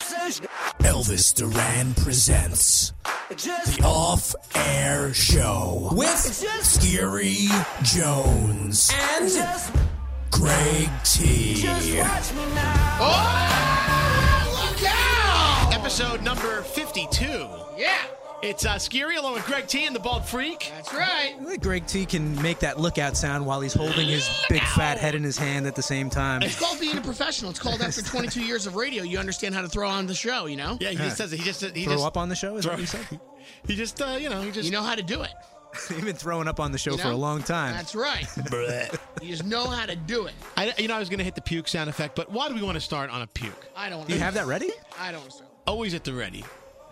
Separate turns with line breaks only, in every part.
message.
Elvis Duran presents
Just
the Off Air Show with
just
Scary Jones and
just
Greg T.
just watch me now.
Episode number 52. Yeah. It's uh, Scary along with Greg T and the Bald Freak.
That's right.
I think Greg T can make that lookout sound while he's holding his big fat head in his hand at the same time.
It's called being a professional. It's called after 22 years of radio, you understand how to throw on the show, you know?
Yeah, he just does it. He just he
Throw
just
up on the show is what you said.
he just uh, you know he just
You know how to do it.
They've been throwing up on the show
You
for a
know?
long time.
That's right. you just know how to do it.
I, you know I was gonna hit the puke sound effect, but why do we want to start on a puke?
I don't want
Do you have that ready?
I don't want to.
Always at the ready.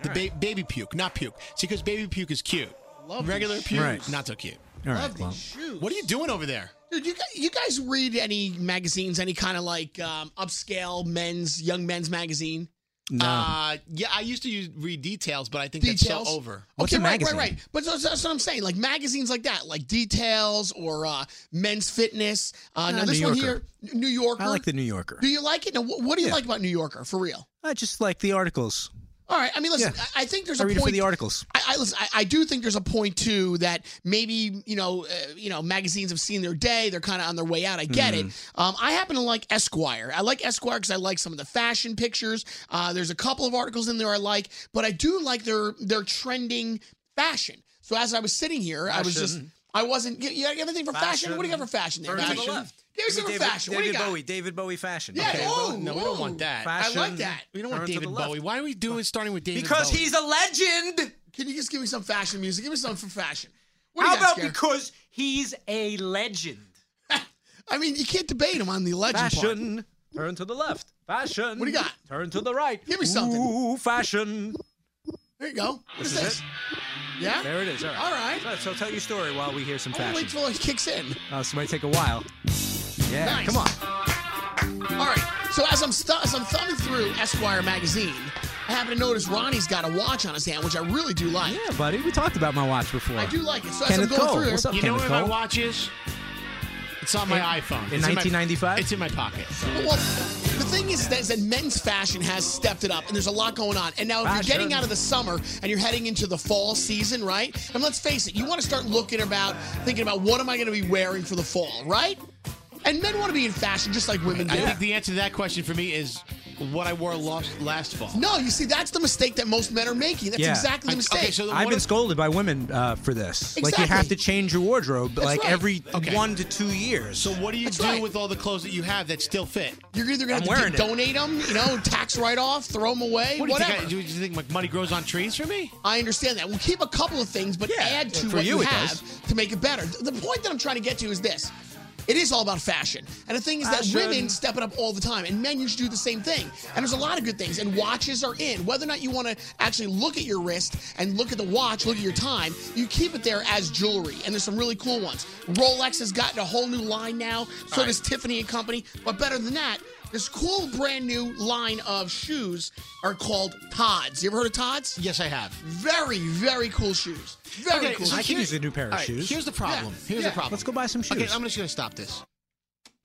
The ba- baby puke, not puke. See, because baby puke is cute.
Love
Regular
these
puke,
Right.
not so cute.
All
Love
right.
these
Well,
shoes.
What are you doing over there?
Dude, you guys, you guys read any magazines, any kind of like um, upscale men's, young men's magazine?
no.
Uh, yeah, I used to use, read details, but I think that's
Details? Oh.
so over.
What's
okay,
a
right, right,
magazine?
right. But that's, that's what I'm saying. Like magazines like that, like Details or uh, Men's Fitness. Uh, now
New
this one
Yorker.
here, New Yorker.
I like the New Yorker.
Do you like it? Now, what, what do you
Yeah.
like about New Yorker for real?
I just like the articles.
All right. I mean, listen.
Yeah.
I, I think there's
I
a
read it
point.
for the articles.
I, I listen. I, I do think there's a point too that maybe you know, uh, you know, magazines have seen their day. They're kind of on their way out. I get it.
Mm.
Um, I happen to like Esquire. I like Esquire because I like some of the fashion pictures. Uh, there's a couple of articles in there I like, but I do like their their trending fashion. So as I was sitting here, I was just. I wasn't. You, you got everything for fashion. What do you got for fashion? There,
Turn to the
fashion.
left.
There's some for
David,
fashion.
David
what do you got?
Bowie. David Bowie fashion.
Yeah.
Okay.
oh,
no, we don't
ooh.
want that.
Fashion,
I like that.
we don't want
turn to the
David
left.
Bowie. Why are we doing starting with David?
Because
Bowie?
he's a legend.
Can you just give me some fashion music? Give me some for fashion. What do
How
you got,
about
Scare?
because he's a legend?
I mean, you can't debate him on the legend part.
Fashion. Turn to the left. Fashion.
What do you got?
Turn to the right.
Give me something.
Ooh, fashion.
There you go. What's
is
this? Yeah?
There it is. All right.
All right.
So, so tell your story while we hear some
I'm gonna
fashion.
wait till it kicks in.
Oh, this might take a while. Yeah,
Nice.
come on.
All right. So as I'm stu- as I'm thumbing through Esquire magazine, I happen to notice Ronnie's got a watch on his hand, which I really do like.
Yeah, buddy, we talked about my watch before.
I do like it. So as I'm
Kenneth
going
Cole.
through, there-
What's up,
You know
Kenneth
where my
Cole?
watch is? It's on my iPhone.
in
It's my-
1995?
It's in my pocket.
Well, the thing is that, is that men's fashion has stepped it up, and there's a lot going on. And now, if you're getting
Fashion.
out of the summer and you're heading into the fall season, right? And let's face it, you want to start looking about, thinking about what am I going to be wearing for the fall, right? And men want to be in fashion just like women do.
I think the answer to that question for me is what I wore last, last fall.
no, you see, that's the mistake that most men are making. That's
Yeah.
exactly the
I-
mistake.
okay, so the-
I've
what
been
if-
scolded by women uh, for this. Like you have
Exactly.
to change your wardrobe like
right.
every
Okay.
one to two years.
So what do you
That's
do
right.
with all the clothes that you have that still fit?
you're either going
I'm
to
wearing
have
it.
to donate them, you know, tax write off, throw them away,
What do you
whatever.
think? I, do you think like money grows on trees for me?
I understand that. We'll keep a couple of things, but add to
for
what you,
you it
have
does.
to make it better. Th- The point that I'm trying to get to is this. It is all about fashion. And the thing is that
Fashion.
women step it up all the time, and men used to do the same thing. And there's a lot of good things, and watches are in. Whether or not you want to actually look at your wrist and look at the watch, look at your time, you keep it there as jewelry. And there's some really cool ones. Rolex has gotten a whole new line now, so does Tiffany and Company. But better than that, this cool brand new line of shoes are called Tods. You ever heard of Tods?
Yes, I have.
Very, very cool shoes. Very cool.
I
shoes.
could use a new pair of
all right,
shoes.
Here's the problem.
Yeah,
Here's
yeah.
the problem.
Let's go buy some shoes.
Okay, I'm just gonna stop this.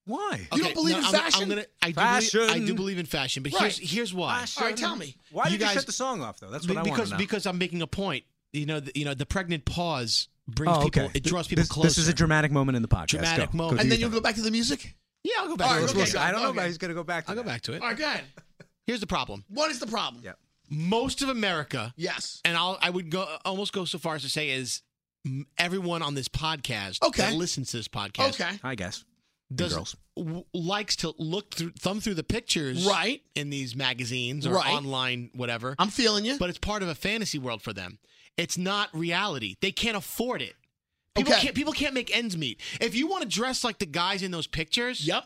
Why?
You don't
Okay,
believe in
I'm-
fashion?
I'm gonna, I, do believe, I
Fashion.
do believe in fashion, but here's
Right.
here's why.
Fashion.
All right, tell me.
Why
You
did you,
guys-
shut the song off though? That's what
Be-
I want
because
to know.
because I'm making a point. You know, the, you know, the pregnant pause brings
oh, okay.
people. It draws people
this,
closer.
This is a dramatic moment in the podcast.
Dramatic
Go.
moment.
And then
you
you'll go back to the music?
yeah, I'll go back.
All
to
right,
it.
okay,
I don't know
okay.
about he's gonna go back. To
I'll go
that.
back to it.
All right, go ahead.
Here's the problem.
What is the problem?
Yeah.
Most of America
Yes.
and I'll, I would go almost go so far as to say is m- everyone on this podcast
Okay.
that listens to this podcast
Okay.
I guess.
does
girls.
w- likes to look through thumb through the pictures
Right.
in these magazines or
Right.
online whatever
I'm feeling you.
but it's part of a fantasy world for them it's not reality they can't afford it people
Okay.
can't people can't make ends meet if you want to dress like the guys in those pictures
Yep.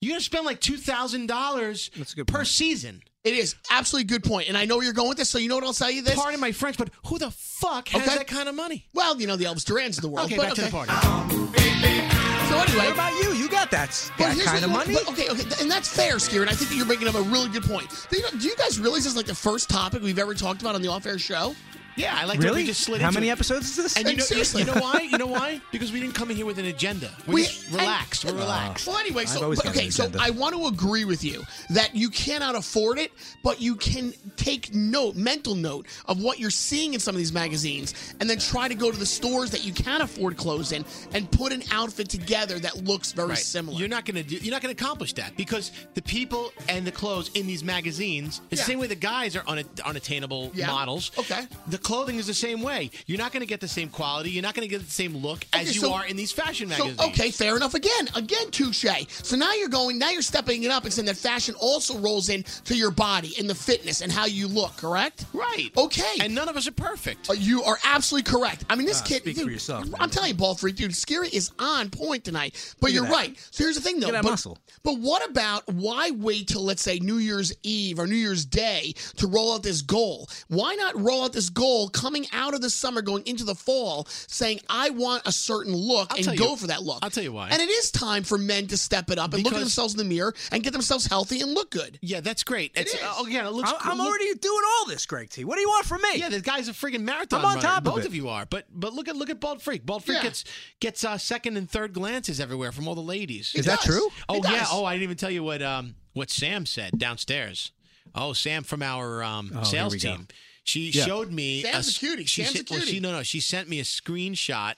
you're gonna spend like
That's a
$2000
good
per
point.
season
It is. Absolutely good point. And I know where you're going with this, so you know what I'll tell you this?
pardon my french but who the fuck has
Okay.
that kind of money
well, you know, the Elvis Duran's of the world.
Oh, okay
but
back to the
okay.
party
So anyway,
What about you? You got that, s-
But
that
here's
kind of
what
money?
you- but- okay, okay, th- and that's fair, Skier, and I think that you're bringing up a really good point. Do you, do you guys realize this is like the first topic we've ever talked about on the off-air show?
Yeah, I like that
Really?
we just slid
How
into
many
it.
episodes is this?
And you know, you,
Seriously.
you know why? You know why? Because we didn't come in here with an agenda. We're
We-
just relaxed. We're relaxed.
Well, anyway,
I've
so
always
but,
got an
okay, so
agenda.
I want to agree with you that you cannot afford it, but you can take note, mental note of what you're seeing in some of these magazines, and then try to go to the stores that you can afford clothes in and put an outfit together that looks very
Right.
similar.
You're not gonna do, you're not gonna accomplish that because the people and the clothes in these magazines it's
Yeah.
the same way the guys are una- unattainable
Yeah.
models.
Okay.
The clothing is the same way. You're not gonna get the same quality. You're not gonna get the same look
Okay,
as you
so-
are in these fashion
so
magazines.
okay, fair enough. Again, again, touche. So now you're going, now you're stepping it up and saying that fashion also rolls in to your body and the fitness and how you look. Correct?
Right.
Okay.
And none of us are perfect.
Uh, You are absolutely correct. I mean,
Ah,
this kid.
speak
dude,
for yourself,
I'm
man.
telling you, ball freak, dude. Scary is on point tonight. But
at
you're
that.
right. So here's the thing, though.
at that
but,
muscle.
but what about why wait till let's say New Year's Eve or New Year's Day to roll out this goal? Why not roll out this goal coming out of the summer, going into the fall, saying I want a certain look
tell
and
you-
go for that look?
I'll tell you why.
And it is time for men to step it up and look at
Because-
themselves in the mirror and get themselves healthy and look good.
yeah, that's great. It's,
is.
uh, again, it looks
I'm,
cool.
I'm
Look-
already doing all this, Greg T. What do you want from me?
Yeah, the guy's a freaking marathon
I'm on
runner.
top of
Both
it.
of you are. But but look at look at Bald Freak. Bald Freak
Yeah.
gets gets uh, second and third glances everywhere from all the ladies.
Is that
does.
true?
Oh
It
yeah.
does.
Oh, I didn't even tell you what um what Sam said downstairs. Oh, Sam from our um,
Oh, here
sales
we go.
team. She showed me.
Sam's a
s-
cutie.
She
Sam's a
sent- well,
cutie.
she, no, no. She sent me a screenshot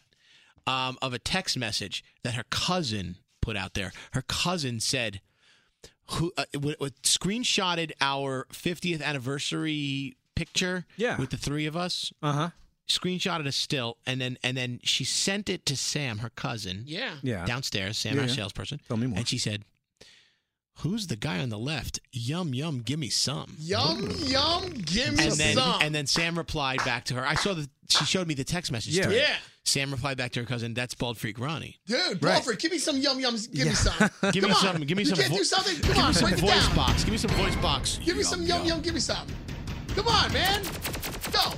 um, of a text message that her cousin put out there. Her cousin said, "Who uh, w- w- screenshotted our 50th anniversary picture?
Yeah.
with the three of us.
Uh huh.
Screenshotted a still, and then and then she sent it to Sam, her cousin
Yeah.
Yeah.
downstairs, Sam,
Yeah,
our
yeah.
salesperson.
Tell me more.
And she said, Who's the guy on the left? Yum, yum, gimme some.
Yum yum, give me
And then,
some.
and then Sam replied back to her. I saw that she showed me the text message.
Yeah.
thread.
Yeah.
Sam replied back to her cousin, That's Bald Freak Ronnie.
Dude,
Right.
Buffer, give me some yum yums. Give me some.
Give
Come on.
me some. Give me
you
some.
You can't
vo-
do something.
give
Come
me
on,
some
break it
voice
down.
box. Give me some voice box.
Give me some yum yum. Give me some. Come on, man. Go.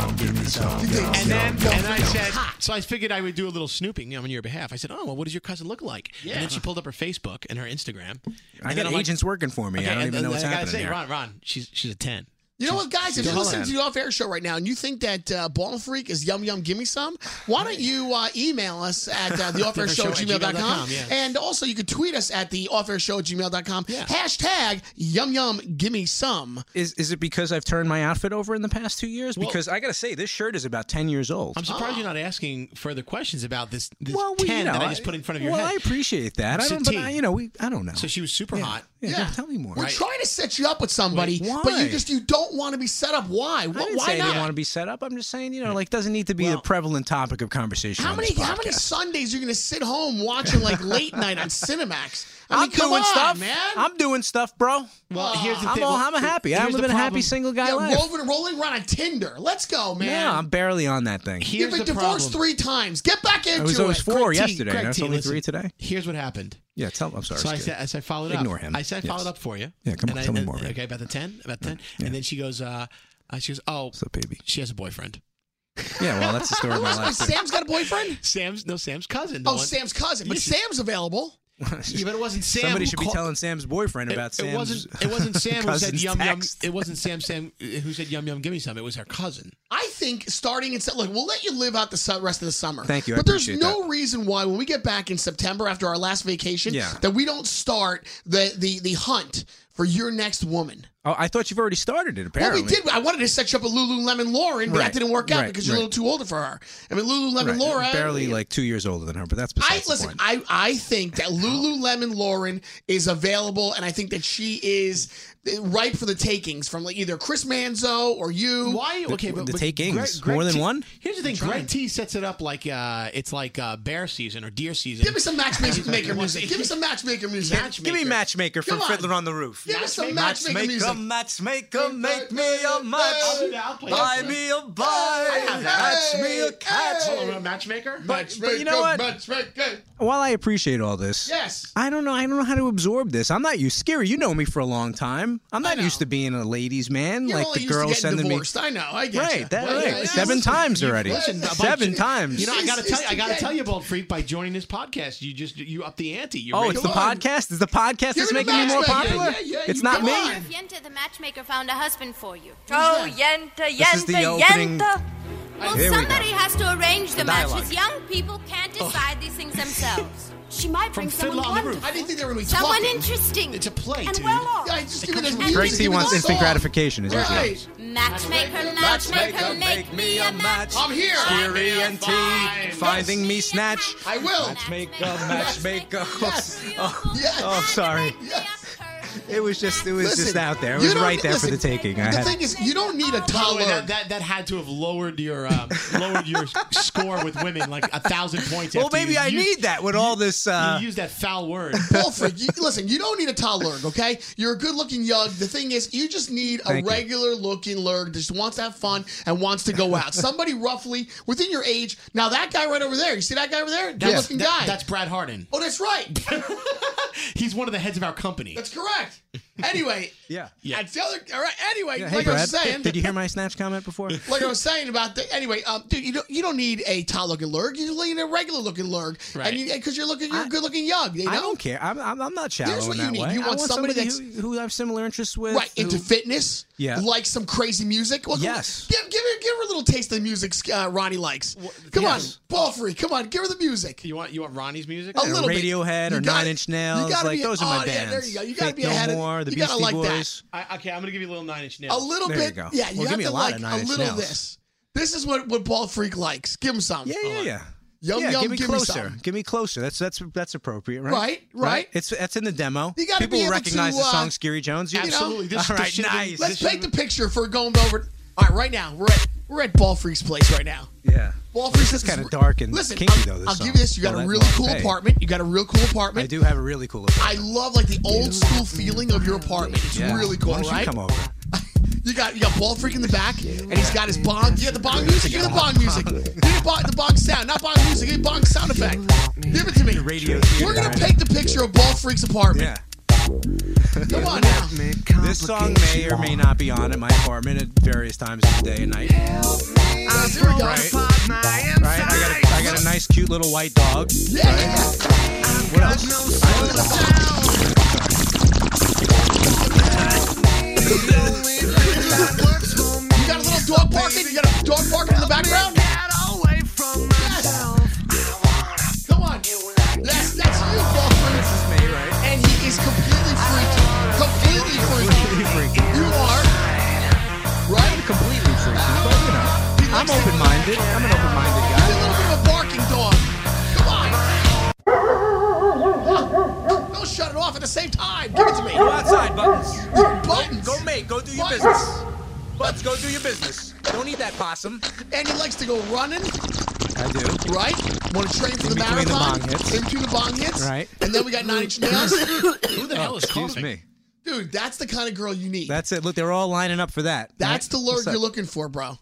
And then,
Yum,
and I
yum.
said, so I figured I would do a little snooping you know, on your behalf. I said, oh, well, what does your cousin look like? And then she pulled up her Facebook and her Instagram.
I
And
got
then I'm like,
agents working for me.
okay,
I don't
and-
even know
and
what's
I gotta
happening
say,
here.
Ron, Ron, she's she's a ten.
You know what, guys? If you're
Hold
listening
on.
to the Off Air Show right now and you think that uh, Ball Freak is Yum Yum Gimme Some, why don't you uh, email us at uh, the Off Air Show at
Show at
gmail.com?
gmail.com, yeah.
And also, you could tweet us at the Off Air Show at gmail.com.
Yeah.
Hashtag Yum Yum Gimme Some.
Is is it because I've turned my outfit over in the past two years?
Well-
because I gotta say, this shirt is about ten years old.
I'm surprised you're not asking further questions about this, this
well, we,
10
you know,
that I just put in front of your
well,
head.
I appreciate that. I
It's a
don't, but
teen.
I, you know, we, I don't know.
so she was super hot.
yeah,
Yeah.
tell me more.
We're
I,
trying to set you up with somebody,
Wait,
but you
why?
just you don't want to be set up. Why? Wh-
I didn't
why
say
not?
I didn't want to be set up. I'm just saying, you know, like doesn't need to be a prevalent topic of conversation.
How
on
many
this
how many
podcast.
Sundays are you gonna sit home watching like late night on Cinemax? I mean,
I'm
come
doing
on,
stuff,
man.
I'm doing stuff, bro.
Well, here's the
I'm
thing.
all,
Well,
I'm happy. I'm
here's the
living a happy
problem.
single guy
yeah,
life.
rolling, rolling around on Tinder. Let's go, man.
Yeah, I'm barely on that thing.
You've
Here's
been
the
divorced
problem.
three times. Get back into
It was always
it.
four
Greg T,
yesterday.
Greg
now it's
T,
only
listen,
three today.
Here's what happened.
Yeah, tell. I'm sorry.
So I
Skip.
said, as I followed up,
Ignore him.
I said, I
Yes.
followed up for you.
Yeah, come on,
And I-
tell me
and-
more, man.
Okay, about the ten, about ten, and then she goes, uh, uh, she goes, oh,
so baby.
she has a boyfriend.
Yeah, well, that's the story of my
Wait,
life. too.
Sam's got a boyfriend?
Sam's no Sam's cousin. the
Oh,
one-
Sam's cousin. But Sam's available.
Yeah, but it wasn't Sam.
Somebody
who
should be
called-
telling Sam's boyfriend about
it,
Sam's.
it wasn't. It wasn't Sam who said
cousin's
yum
text.
yum. It wasn't Sam Sam uh, who said yum yum. Give me some. It was her cousin.
I think starting in Sep- look, we'll let you live out the su- rest of the summer.
Thank you. I
But there's
appreciate
no reason why when we get back in September after our last vacation
Yeah.
that we don't start the the the hunt for your next woman.
Oh, I thought you've already started it. Apparently,
Well, we did. I wanted to set you up with Lululemon Lauren, but
Right,
that didn't work out
right,
because you're a
right.
little too older for her. I mean, Lululemon
Right,
Lauren.
barely like two years older than her, but that's
I
besides the
listen.
point.
I, I think that Lululemon Lauren is available, and I think that she is ripe for the takings from like either Chris Manzo or you.
Why? Okay,
the
but, but
takings.
Greg-
More than
T-
one?
Here's the thing: Greg T sets it up like uh, it's like uh, bear season or deer season.
Give me some matchmaker music. Give me some matchmaker music.
Give me matchmaker from
Come on.
Fiddler on the Roof.
Give us some matchmaker
Matchmaker,
music.
matchmaker, make me a match.
I'll play
Buy me a buy,
have that.
catch me a catch.
Hello, matchmaker.
but you know what?
Matchmaker.
While I appreciate all this,
Yes.
I don't know. I don't know how to absorb this. I'm not used. Scary, you know me for a long time. I'm not
know.
used to being a ladies' man.
You're
like
only
the
used to
girl
getting
sending
divorced. I know. I
me.
get
Right,
ya.
that
Well,
right.
yeah, yeah,
Seven
listen,
times
you've
already.
listened to a
Seven
bunch of-
times.
You know, I gotta
It's-
tell you,
it's
I gotta
the
tell
game.
you, Bald Freak, by joining this podcast, you just you up the ante. You're
Oh,
ready
it's
to
the
go.
podcast. Is the podcast that's
the
making me more
matchmaker.
popular?
Yeah, yeah,
it's
you-
not
come
me.
on.
Yenta, the matchmaker, found a husband for you.
Oh, yenta, yenta,
This is the opening-
yenta.
Well,
Here we go.
somebody has to arrange the, matches.
dialogue.
Young people can't decide these things themselves. she might
From Fiddler on the Roof.
I didn't think they were going to be
Someone
talking.
interesting.
It's a play,
And
dude.
well off.
Yeah, just give me this
Greg
music,
Greg
give
T
me
wants
this
instant
song.
gratification. Is his
Right.
name.
Matchmaker, matchmaker, make me a match.
I'm here.
Scary and T,
Finding me snatch.
I will.
Matchmaker, matchmaker.
Yes. Oh,
Yes.
Oh, sorry.
Yes.
It was just. It was
Listen,
just out there. It
you
was
don't-
right there for the
listen,
taking. I
The
had.
thing is, you don't need a
By the way,
toddler.
that, that that had to have lowered your um, lowered your score with women like a thousand points.
well,
after
maybe
you
I
used-
need that with all this. Uh,
you used that foul word.
Wolford, you, listen, you don't need a tall lurg, okay? You're a good looking yug. The thing is, you just need a
Thank you.
regular looking lurg that just wants to have fun and wants to go out. Somebody roughly within your age. Now, that guy right over there, you see that guy over there? Good looking
That-
guy.
That's Brad Harden.
oh, that's right.
He's one of the heads of our company.
That's correct. Anyway,
yeah.
that's the other. All right, anyway,
Yeah,
like I was saying.
Did you hear my snatch comment before?
like I was saying about the anyway, um, dude, you don't you don't need a tall looking lurg. You need a regular looking lurg,
Right.
And because you, are looking, you're a good looking yug. You know?
I don't care. I'm, I'm, I'm not shallow
Here's what you
in that
need.
way.
You
I
want somebody
who, who I have similar interests with.
Right into
who-
fitness.
Yeah.
like some crazy music. Well, come-
Yes.
give give her, give her a little taste of the music uh, Ronnie likes. come
yes.
on, ball free. Come on, give her the music.
You want you want Ronnie's music?
A little bit.
Radiohead
You
or
gotta-
Nine Inch
you
Nails,
gotta
like,
be-
those are my
oh, yeah, there
bands.
you go. You gotta
Faith
be
No
ahead of-
More, the
you gotta
Beastie
like that.
Boys.
I, okay, I'm gonna give you a little nine inch
A
nail.
little
There you
bit.
go.
Yeah,
Well,
you
give
have
me
to
a lot of
like
Nine
a
Inch
little
Nails.
this. This is what what ball freak likes. Give him some.
Yeah, yeah, yeah.
Yum
yeah,
yum.
give me closer.
some.
give me closer. That's that's that's appropriate, right?
Right, right.
It's that's in the demo.
You gotta be
People will
able
recognize
to,
the
uh,
song Scary Jones. You
Absolutely.
Know?
This-
All
this
right,
should've been-
nice.
Let's
This
take the picture for going over. All right, right now we're at we're at Ball Freak's place right now.
yeah.
Ball Freak's
This is kinda dark and
listen,
kinky,
I'll,
though, this
I'll
song.
give you this. You got
All
a
that
really
love.
cool
Hey.
apartment. You got a real cool apartment.
I do have a really cool. Look.
I love like the old school feeling of your apartment. It's
Yeah.
really cool,
Why don't
right?
you come over?
You got you got ball freak in the back, and he's got his bong. You got the bong music. Give me the bong music. Give me the bong, the bong sound, not bong music. Give me bong sound effect. Give it to me.
radio theater
We're gonna
guy.
take the picture of ball freak's apartment.
Yeah.
Come on now.
This song may or may not be on at my apartment at various times of the day and night.
Here we go.
Right. Right? I got, a, I got a nice, cute little white dog.
Yeah, yeah.
What else?
You got a little dog barking. You got a dog barking in the background. Yes. Come on. Yes, that's you, ball freak.
May, right?
And he is completely freaky. Completely freaky.
freaky.
You are. Right?
Completely freaky, but you know, I'm open-minded. I'm an open-minded
He's
guy.
a little bit of a barking dog. Come on. Don't shut it off at the same time. Give it to me.
Go outside, Buttons.
Buttons.
Go, mate. Go do your
Buttons.
business. Butts, go do your business. Don't eat that possum.
And he likes to go running,
I do.
right? Want to train for the
In between the
marathon.
bong hits.
In between the bong hits.
Right.
And then we got Nine Inch Nails.
Who the hell is
Excuse
coughing?
me.
Dude, that's the kind of girl you need.
That's it. Look, they're all lining up for that.
That's
Right?
the
What's
lurk
up?
you're looking for, bro.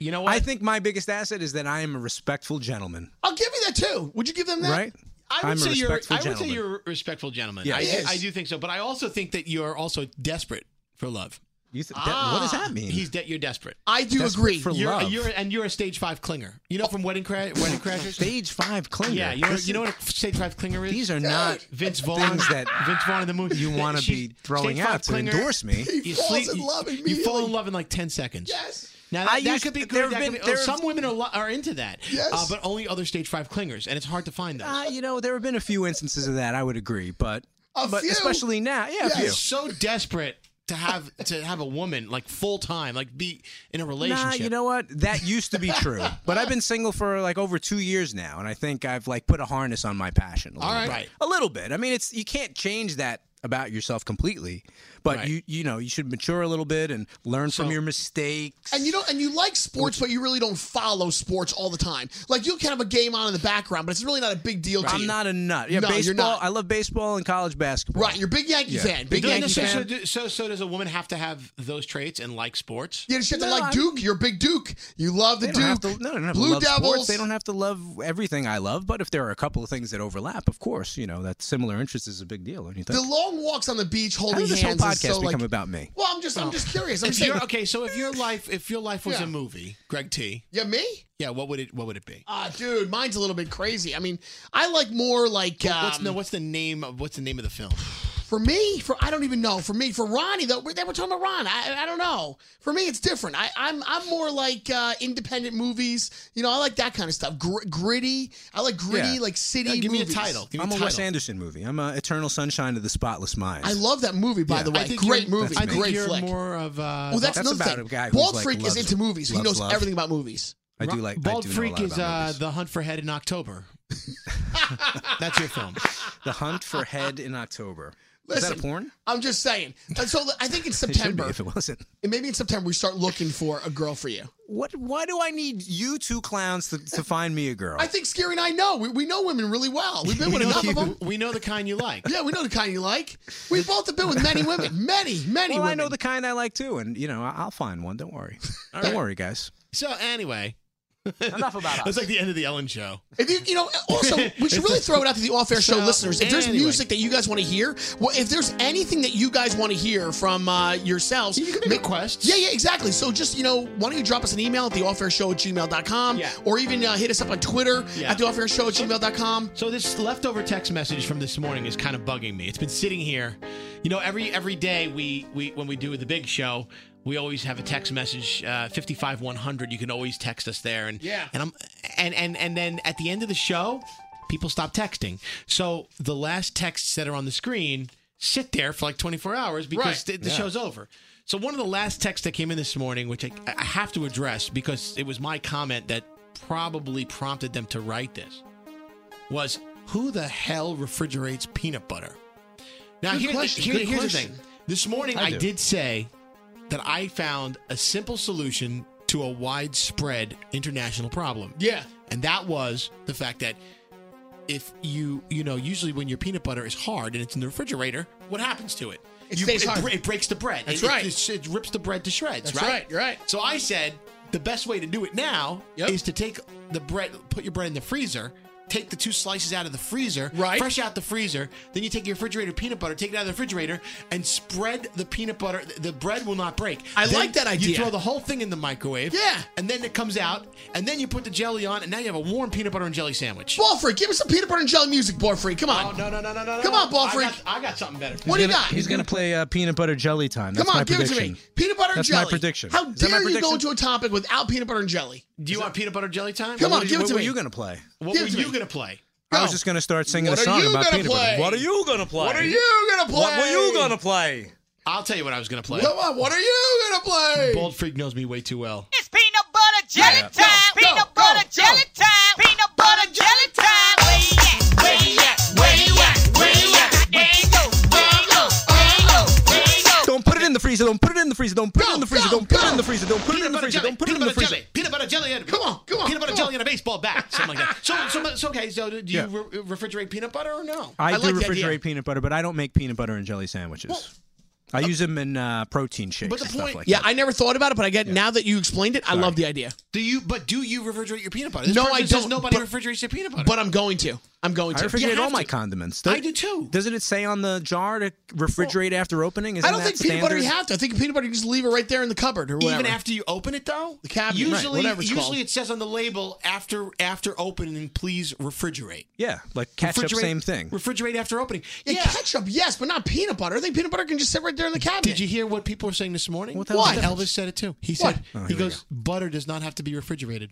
You know what?
I think my biggest asset is that I am a respectful gentleman.
I'll give you that too. Would you give them that?
Right?
I would
am
say
a
you're.
respectful
I would say
gentleman.
you're a respectful gentleman.
Yeah.
I,
Yes.
do, I do think so, but I also think that you're also desperate for love.
You th- that- what does that mean?
He's de- you're desperate.
I do
Desperate
agree.
for
You're,
Love.
you're and you're a stage five clinger. You know from Wedding Cra- Wedding Crashers.
stage five clinger.
yeah, you know,
This
you know
is-
what a stage five clinger is.
These are not
Vince Vaughn.
things that
Vince Vaughn in the movie.
you want to
She's-
be throwing
stage five
out to
clinger.
endorse me.
He falls in love
you-
immediately.
You fall in love in like ten seconds.
Yes.
Now that,
I
that
used-
could be
there
good. That
have
could be-
been- there-
some women are, lo- are into that.
Yes.
Uh, but only other stage five clingers, and it's hard to find those.
Uh, you know, there have been a few instances of that. I would agree, but
A
but
few.
especially now, yeah, a
Yes.
few.
so desperate to have to have a woman like full time, like be in a relationship.
Nah, you know what? That used to be true, but I've been single for like over two years now, and I think I've like put a harness on my passion. A little
All right.
bit.
Right.
a little bit. I mean, it's you can't change that about yourself completely, but
Right.
you you know you should mature a little bit and learn
So-
from your mistakes.
And you don't, and you like sports, but you really don't follow sports all the time. Like you'll kind of have a game on in the background, but it's really not a big deal to
I'm
you.
not a nut. Yeah,
No, you're
baseball.
not.
I love baseball and college basketball.
right. You're a big Yankee fan. Big
No, no,
Yankee
so, so,
fan.
do- so, so does a woman have to have those traits and like sports?
Yeah, you have to
No,
like
I'm-
Duke. You're a big Duke. You love the
They don't
Duke.
have to, no, they don't have
Blue
to love
Devils.
sports. They don't have to love everything I love, but if there are a couple of things that overlap, of course, you know that similar interest is a big deal. Don't you think?
the long walks on the beach
How
holding
did this whole
hands is
podcast
so like.
become about me? Oh.
well, I'm just, I'm just curious. I'm
If you're,
saying,
okay, so if your life, if your life was
Yeah.
a movie, Greg T,
yeah, me?
yeah, what would it, what would it be?
Ah, dude, mine's a little bit crazy. I mean, I like more like um,
What's no? What's the name of what's the name of the film?
for me. For I don't even know. For me, for Ronnie though, we're- they were talking about Ron. I, I don't know. For me, it's different. I, I'm I'm more like uh, independent movies. You know, I like that kind of stuff. Gr- gritty. I like gritty,
Yeah.
like city.
Yeah, give me a
movies.
title. Give me
I'm a
title.
Wes Anderson movie. I'm a Eternal Sunshine of the Spotless Mind.
I love that movie, by
Yeah.
the
I
way.
think
Great
you're-
movie.
I think
great
you're
flick.
more of uh, a.
Well, that's,
Oh, That's
another
about
thing.
a guy who's,
Bald
like,
Freak is
loves-
into movies. He
loves
knows
love.
everything about movies.
I do like.
Bald
I do know a
Freak
lot
is
about
uh,
movies.
the Hunt for Head in October. that's your film.
the Hunt for Head in October. is that
Listen,
a porn?
I'm just saying. And so I think in
It should be
September,
if it wasn't.
and maybe in September, we start looking for a girl for you.
What? Why do I need you two clowns to, to find me a girl?
I think Scary and I know. We, we know women really well. We've been
We
with
know,
enough of
the,
them.
we know the kind you like.
Yeah, we know the kind you like. We both have been with many women. Many, many
well,
women.
I know the kind I like too, and you know I- I'll find one. Don't worry. Don't worry, guys.
So anyway,
Enough about us.
that's like the end of the Ellen show.
If you, you know, also, we should really throw it out to the off air show
So,
listeners. If there's
anyway.
music that you guys want to hear, well, if there's anything that you guys want to hear from uh, yourselves,
You can make requests.
Yeah, yeah, exactly. So just, you know, why don't you drop us an email at the off air show at gmail.com
Yeah.
or even uh, hit us up on Twitter
Yeah.
at the off air show at gmail.com.
So this leftover text message from this morning is kind of bugging me. It's been sitting here. You know, every every day we we when we do the big show, we always have a text message uh 55 100. You can always text us there and
Yeah.
And I'm and and and then at the end of the show, people stop texting. So the last texts that are on the screen sit there for like 24 hours because
Right.
the, the show's over. So one of the last texts that came in this morning, which I, I have to address because it was my comment that probably prompted them to write this was who the hell refrigerates peanut butter? Now,
Good
here,
question,
here-
good
here's
question.
the thing. This morning, I,
do.
did say that I found a simple solution to a widespread international problem.
Yeah.
And that was the fact that if you, you know, usually when your peanut butter is hard and it's in the refrigerator, what happens to it?
It
You-
stays
it,
hard.
bre- it breaks the bread.
That's
It- it-
right.
It, it rips the bread to shreds,
That's right, you're right.
So I said the best way to do it now
Yep.
is to take the bread, put your bread in the freezer, take the two slices out of the freezer,
Right.
fresh out the freezer, then you take your refrigerator peanut butter, take it out of the refrigerator, and spread the peanut butter. th- The bread will not break.
I
Then
like that idea.
You throw the whole thing in the microwave.
Yeah.
And then it comes out, and then you put the jelly on, and now you have a warm peanut butter and jelly sandwich.
Ball Freak, give us some peanut butter and jelly music, Ball Freak. Come on.
Oh, no, no, no, no.
Come on, Ball
I
Freak.
got- I got something better.
What do you got?
He's gonna play uh, peanut butter jelly time. That's
Come on,
my
give it to
prediction.
me. Peanut butter
That's
and jelly.
my prediction.
How
Is that my
dare you go
prediction?
into a topic without peanut butter and jelly?
Do you want peanut butter jelly time?
Come
What
on,
would
Oh, give
you-
it to
What were
me.
you gonna play?
What
give
were
it to
you
me.
gonna play?
I was
Go.
just gonna start singing
What
a
are
song
you
about
gonna
peanut
play?
butter. What are you gonna play?
What are you gonna play?
What were you gonna play?
I'll tell you what I was gonna play.
Come on, what are you gonna play?
Bald freak knows me way too well.
It's peanut butter jelly
Yeah.
time.
Go, go,
peanut
go,
butter
go.
jelly time. Peanut butter jelly time. Way at, way at, way at, way at. There you go, there you go, there you go, there you go.
Don't put it in the freezer. Don't put it in the freezer. Don't put it in the freezer.
go,
Don't put
go.
it in the freezer. Don't put it in the freezer. Don't put it in the
peanut butter
freezer.
jelly. Peanut butter jelly. and-
Come on, come on,
Peanut butter
come
jelly
on.
and a baseball bat. Something like that. So, so, so okay. So, do you
Yeah.
re- refrigerate peanut butter or no?
I
I, do
like the idea.
refrigerate peanut butter, but I don't make peanut butter and jelly sandwiches. I use them in uh, protein shakes
but the
and stuff
point-
like
Yeah,
that.
I never thought about it, but I get now that you explained it, I love the idea.
Do you? But do you refrigerate your peanut butter? This
No,
person
I
says
don't,
Nobody
but-
refrigerates their peanut butter.
But I'm going to. I'm going
I
to.
refrigerate
have
all my
to.
condiments.
I do too.
Doesn't it say on the jar to refrigerate after opening? Isn't
I don't
that
think peanut butter you
standard?
have to. I think peanut butter you just leave it right there in the cupboard or whatever.
even after you open it, though, the
cabinet, right,
usually,
whatever it's called.
usually it says on the label after after opening, please refrigerate.
Yeah, like ketchup,
refrigerate,
same thing.
Refrigerate after opening.
yeah, ketchup, yes, but not peanut butter. I think peanut butter can just sit right there in the cabinet.
Did you hear what people were saying this morning?
What the hell's the
Elvis said it too. He
What?
said
Oh,
he
here we
goes, butter does not have to be refrigerated.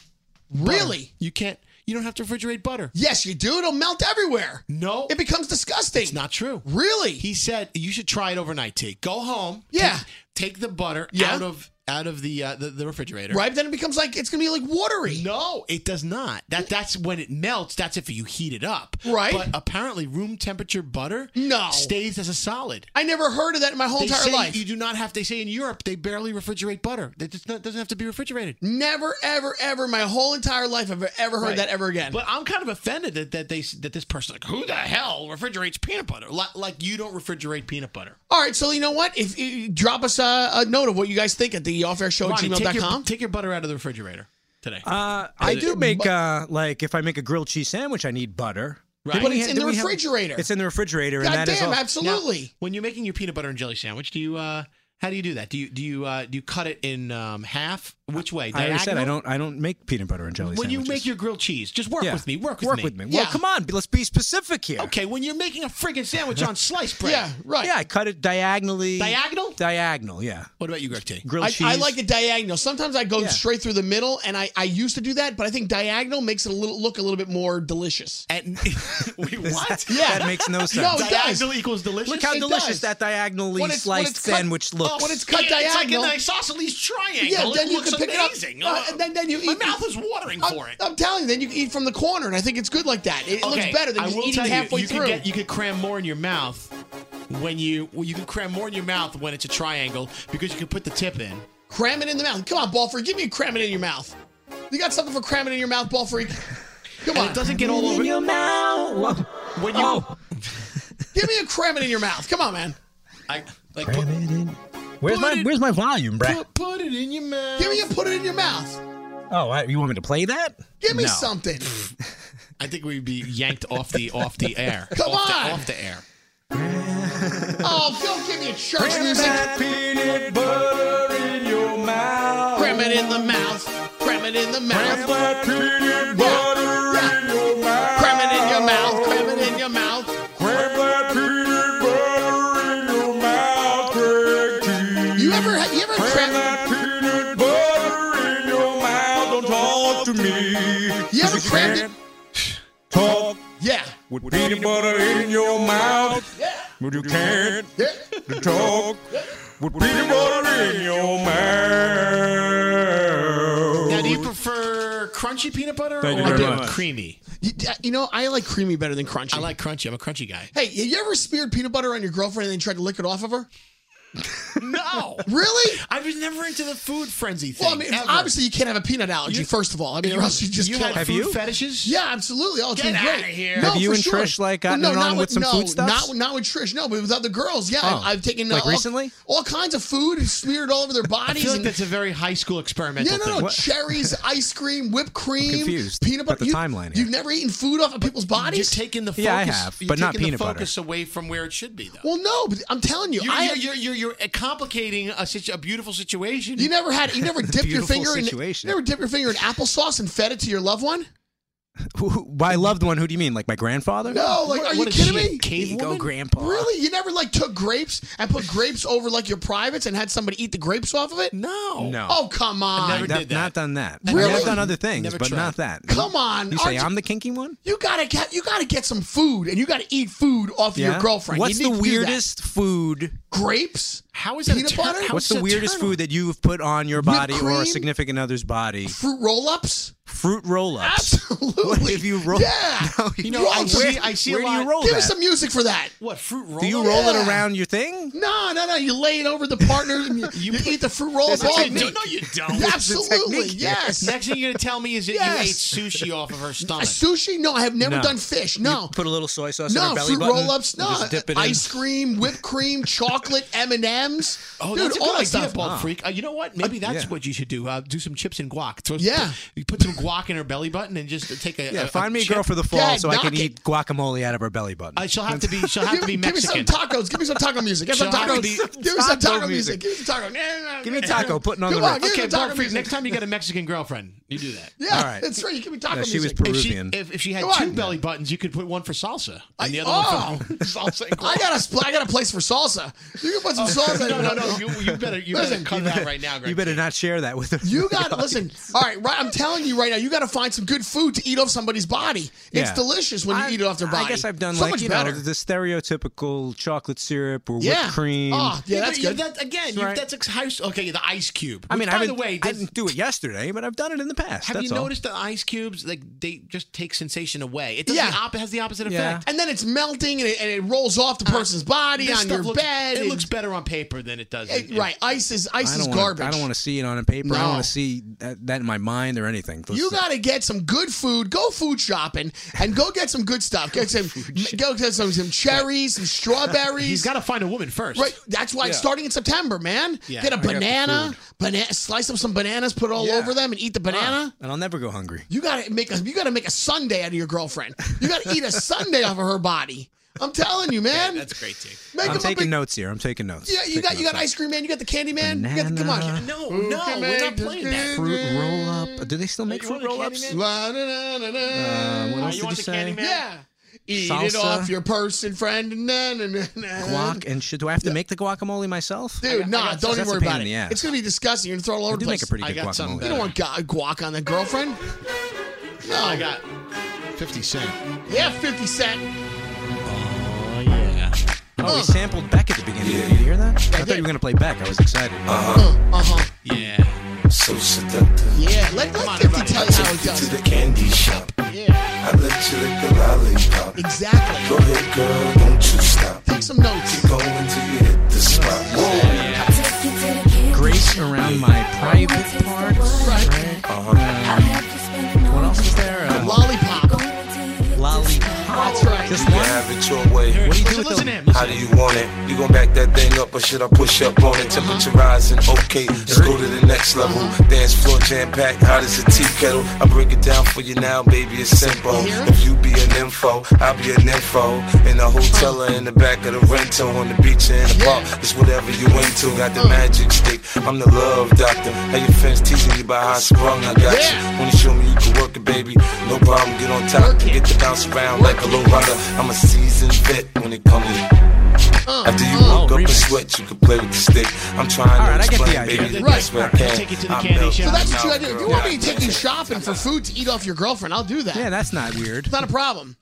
really?
You can't. You don't have to refrigerate butter.
Yes, you do. It'll melt everywhere.
No.
It becomes disgusting.
It's not true.
Really?
He said you should try it overnight, T. Go home.
Yeah.
Take, take the butter
Yeah.
out of out of the uh, the, the refrigerator.
Right? Then it becomes like it's gonna be like watery.
No, it does not. That that's when it melts. That's if you heat it up.
Right.
But apparently, room temperature butter
No.
stays as a solid.
I never heard of that in my whole
They
entire
say
life.
you do not have. They say in Europe they barely refrigerate butter. It does not- doesn't have to be refrigerated.
never, ever, ever in my whole entire life have I ever heard
Right.
that ever again.
But I'm kind of offended that, that they that this person like who the hell refrigerates peanut butter? Like, like you don't refrigerate peanut butter.
all right, so you know what? If you drop us a, a note of what you guys think at the off air show at
Ronnie, take, your,
gmail.com.
take your butter out of the refrigerator today.
Uh, I do make uh, like if I make a grilled cheese sandwich, I need butter.
Right.
Did
But
we
it's
ha-
in
did
the
we have-
refrigerator.
it's in the refrigerator, and
God
that is
damn,
all-
absolutely.
when you're making your peanut butter and jelly sandwich, do you uh how do you do that? Do you do you uh do you cut it in um half? Which way?
I already said I
Diagonal?
don't. I don't make peanut butter and jelly.
When you
sandwiches.
make your grilled cheese, just work
Yeah.
with me. Work with me.
Well,
Yeah.
come on, let's be specific here.
Okay, when you're making a friggin' sandwich on sliced bread.
Yeah, right.
Yeah, I cut it diagonally.
Diagonal?
Diagonal. Yeah.
What about you, Greg T?
Grilled
I,
cheese.
I like it diagonal. Sometimes I go
Yeah.
straight through the middle, and I, I used to do that, but I think diagonal makes it a little look a little bit more delicious.
And wait, what?
Yeah.
That makes no sense.
No, it does.
Diagonal equals delicious.
Look how
It
delicious
does.
that diagonally
When it's- when
sliced
it's cut- uh, Oh,
sandwich looks.
when it's cut
yeah,
diagonal.
It's like an isosceles triangle.
Yeah,
It
then you
looks
can pick it up.
amazing.
Uh,
Oh,
then- then you
my
eat-
mouth is watering
I'm,
for it.
I'm telling you, then you can eat from the corner, and I think it's good like that. It, it
Okay,
looks better than
I
just
will
eating
tell you,
halfway
you
through.
Could get, you could cram more in your mouth when you well, you can cram more in your mouth when it's a triangle because you can put the tip in.
cram it in the mouth. Come on, Balfour, give me a cram it in your mouth. You got something for cramming in your mouth, ball freak? Come
And
on,
it doesn't get all
Oh.
over
mouth.
when you
Oh.
give me a cram it in your mouth. Come on, man.
I, like put,
Where's
Put
my
it-
Where's my volume, Brad?
put, put it in your mouth.
Give me a put it in your mouth.
Oh, I, you want me to play that?
Give me
No.
something.
I think we'd be yanked off the off the air.
Come
off
on.
the, off the air.
Oh, don't give me church music.
peanut butter in your mouth.
Cram it in the mouth. Cram it in the mouth.
that peanut in
butter
your mouth.
Cram it in your mouth. Cram it in your mouth.
peanut butter in your mouth,
You ever you ever cram
peanut butter in your mouth. Don't talk to me.
you ever crammed it?
Talk
Yeah.
with peanut butter in your mouth. But you can't talk with peanut butter in your mouth.
Now, do you prefer crunchy peanut butter
Thank you
or
very much.
creamy?
You, you know I like creamy better than crunchy.
I like crunchy. I'm a crunchy guy.
Hey, you ever speared peanut butter on your girlfriend and then tried to lick it off of her?
No,
Really?
I was never into the food frenzy thing.
Well, I mean,
ever.
obviously you can't have a peanut allergy. first of all, I mean, or else you just
you
can't.
had
Have
food
you?
fetishes?
Yeah, absolutely. Oh, it's
Get
been
outta
great.
here.
No,
Have you
for
and
sure.
Trish, like, gotten
no,
it
not
on with some
no,
foodstuffs?
Not, not with Trish, no, but with other girls. Yeah,
Oh.
I've taken uh,
Like
all,
recently?
all kinds of food and smeared all over their
I
bodies.
feel like
and-
that's a very high school experimental
yeah, no, no,
thing.
cherries, ice cream, whipped cream,
confused
peanut butter.
about the
you,
timeline here.
You've never eaten food off of people's
You're
bodies?
taking the focus.
Yeah, I have,
you're
but not
taking
peanut
the
butter.
focus away from where it should be, though.
well, no, but I'm telling you,
you're,
I.
you're, you're, you're, you're complicating a, situ- a beautiful situation.
you never had, you never dipped your
Beautiful
finger in, you
situation.
never dipped your finger in applesauce and fed it to your loved one.
Who, who, by loved one, who do you mean? Like my grandfather?
No, like, are you
What is
kidding
she, a oh,
me?
Cave
Here you go,
woman?
Grandpa.
Really? You never like took grapes and put grapes over like your privates and had somebody eat the grapes off of it?
No.
No.
Oh come on!
never
I've
did that.
Not done that.
Really?
I mean, I've done other things,
Never
but
tried.
not that.
Come on,
You say
aren't you-
I'm the kinky one?
you gotta get you gotta get some food and you gotta eat food off of your girlfriend.
What's
You
the
need to do that.
weirdest food?
Grapes,
How is that?
Peanut
a turn-
butter?
how
What's
is
the
that a
weirdest
turn
food that you have put on your body or a
cream?
significant other's body?
fruit roll-ups.
Fruit roll-ups.
Absolutely.
What if you roll?
Yeah.
No,
you
you
know,
know,
I
see- I see a
where do
lot-
you roll
Give
that?
us some music for that.
What fruit roll?
do you roll
Yeah.
it around your thing?
No, no, no. You lay it over the partner and you, you eat the fruit roll-up. all
no,
night.
no, you don't.
Absolutely.
technique.
Yes.
Next thing you're gonna tell me is that
Yes.
you ate sushi off of her stomach.
Sushi? No, I have never
No.
done fish. No.
You put a little soy sauce in
No,
your belly
fruit
button.
roll-ups.
you
No,
just dip it in.
ice cream, whipped cream, chocolate, M and M's.
Oh,
Dude,
that's a
all
good
that
idea,
stuff.
bald freak. Uh, you know what? Maybe that's
yeah.
what you should do. Uh, do some chips and guac. Throw-
Yeah.
you put some guac in her belly button and just take a.
Yeah,
a-
find me a
chip.
girl for the fall
Yeah,
so I
knock
can
it.
eat guacamole out of her belly button.
Uh, she'll have to be. She'll have
Give,
to be
give me some
Mexican.
tacos. Give me some taco music. Give me some
Shall I
taco.
be-
Give me some
Taco
taco music.
music.
Give me some taco. Nah, nah, nah.
Give me taco, putting on
Come
the
on,
ring.
give me
okay,
some taco
bald freak.
music.
Next time you get a Mexican girlfriend, you do that.
Yeah,
All right.
that's right. You give me taco
No, she was
music.
If she,
Peruvian.
if, if she had
Come
two
on.
belly buttons, you could put one for salsa and the other
oh,
one for salsa. And
I
guac.
got a spl- I got a place for salsa. You can put some salsa.
no,
in
no,
it.
no. You, you better. You
Oh. Listen,
better cut that right now, Greg.
you better not share that with her.
You got listen. All right, right. I'm telling you right now. You got to find some good food to eat off somebody's body. It's
Yeah.
delicious when you
I-
eat it off their body.
I guess I've done
so
like
much
you know,
better.
the stereotypical chocolate syrup or
yeah.
whipped cream.
Oh, yeah, that's
but you-
good.
That, again, you,
right.
that's ex- how- okay. The ice cube.
I
Which,
mean, I
by the
haven't-
way,
I
does-
didn't do it yesterday, but I've done it in the past.
have
that's
you
all.
noticed that ice cubes like they just take sensation away? It does
Yeah.
the op- has the opposite
Yeah.
effect.
and then it's melting and it, and it rolls off the person's body
Uh, This
on
stuff
your
looks-
bed.
It
and-
looks better on paper than it does.
it-
in- in-
right. Ice is ice
I
is
don't want.
garbage.
I don't want to see it on a paper. I
No.
don't want to see that, that in my mind or anything.
You
Listen,
got to get some good food. Go food shopping and go get some good stuff. Get some, go get some, some cherries, some strawberries.
He's got to find a woman first.
Right, that's why it's starting in September, man.
Yeah,
get a
I got the
banana, banana, slice up some bananas, put it all
Yeah.
over them, and eat the banana.
and I'll never go hungry.
You gotta make a you gotta make a Sunday out of your girlfriend. You gotta eat a Sunday off of her body. I'm telling you, man.
That's great too.
make
I'm
him a
taking
big,
notes here. I'm taking notes.
Yeah, you
Taking
got you got
notes.
ice cream man. You got the candy man. You got the, come
Banana.
on.
No, no, we're not playing that.
fruit roll up. Do they still make fruit roll ups?
La, na, na, na, na.
Um, what else did you
want the
say?
candy man?
yeah. Eat it
Salsa.
off your person, friend. Na, na, na, na.
Guac and shit. Do I have to make the guacamole myself?
Dude, nah, don't even
That's a
worry
pain
about
in
it.
the ass.
It's gonna be disgusting. You're gonna throw it all over
I
the
do
place.
make a pretty good
I got something
guacamole.
You don't want gu- guac on the girlfriend? No.
I got fifty cent.
yeah, 50 Cent.
Oh yeah.
Oh, we sampled Beck at the beginning. Did you hear that? I thought you were gonna play Beck. I was excited. Uh.
Uh-huh.
Yeah.
So seductive.
Yeah, let, let 50 tell you how it
To
does.
the candy shop.
Yeah,
I let you lick the lollipop. Go
exactly.
ahead, girl, don't you stop.
Take some notes.
Keep going till you hit the spot. Whoa.
Grace around my private parts.
Right.
What else is there? Uh,
Lollipop.
lollipop.
That's right.
Just
You
one.
have it your way.
What do you
Listen,
do with
listen to
the
him. Listen
How
to
do
him.
you want it? You gon' back that thing up or should I push up on it? Temperature rising, okay. Let's go to the next level. Dance floor jam packed, hot as a tea kettle. I break it down for you now, baby. It's simple. If you be an info, I'll be an info. In a hotel or in the back of the rental, on the beach or in the park, it's whatever you into. Got the magic stick. I'm the love doctor. How your fans teasing you about how sprung I got you. When you show me you can work it, baby, no problem. Get on top and get the bounce around like a low rider. I'm a seasoned vet when it comes to.
Uh,
After you woke up and sweat, you can play with the stick. I'm trying
Alright, I
to
get the
explain,
idea.
baby.
Right.
the best way I
Alright,
can.
take it to the
I'm
candy
melting
shop.
So that's what you
now,
gotta do. If you
girl.
want me to take you shopping for food to eat off your girlfriend, I'll do that.
Yeah, that's not weird.
It's not a problem.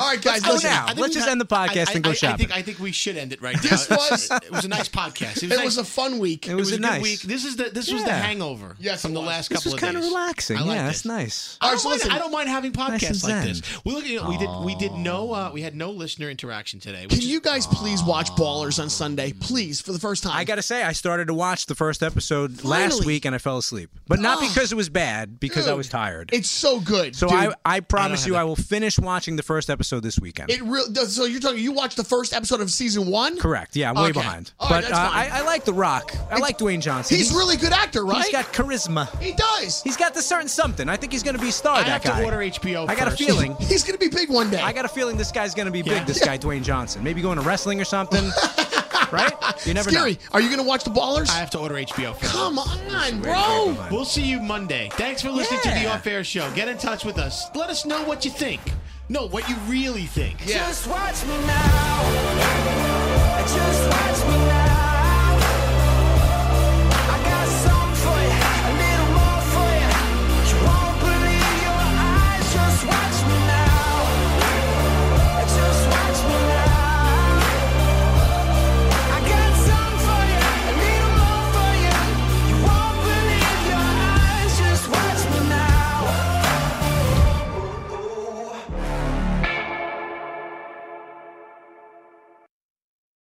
All right, guys,
go
listen.
now.
I think
Let's
we
just
had-
end the podcast
I,
and go
I, I
shopping.
think, I think we should end it right now.
This was-
it was a nice podcast.
It
It was, nice.
was a fun week.
It was,
it was a
a nice.
good week. This is the this was the
Yeah.
hangover
Yes,
from
it
the
was.
last
This
couple
was
of
kind of
days.
relaxing.
I like
yeah,
this.
that's nice.
I
All right,
don't,
so
mind,
listen.
I don't mind having podcasts
Nice and
like
zen.
this. We look, at- we did we did no uh, we had no listener interaction today. Which
Can you guys please watch Ballers on Sunday? Please, for the first time.
I gotta say, I started to watch the first episode last
Finally.
week and I fell asleep, but not because it was bad, because I
Dude,
was tired.
It's so good.
so
dude.
I, I promise you, I will finish watching the first episode this weekend.
It real. So you're talking. You watched the first episode of season one.
Correct. Yeah, I'm way
Okay.
behind.
All right,
but
that's
uh,
fine.
I, I like The Rock. I like Dwayne Johnson.
He's really good actor, right?
he's got charisma.
he does.
He's got the certain something. I think he's gonna be a star.
I
that
have
guy.
to order HBO.
I got a
first.
feeling.
He's gonna be big one day.
I got a feeling this guy's gonna be big.
Yeah.
This guy, Dwayne Johnson, maybe going to wrestling or something. right? You never
Scary.
know.
Are you gonna watch the Ballers?
I have to order HBO. First.
Come on, bro.
We'll see you Monday. Thanks for listening to the
Yeah.
Off Air Show. Get in touch with us. Let us know what you think. No, what you really think.
Just watch me now. Just watch me now.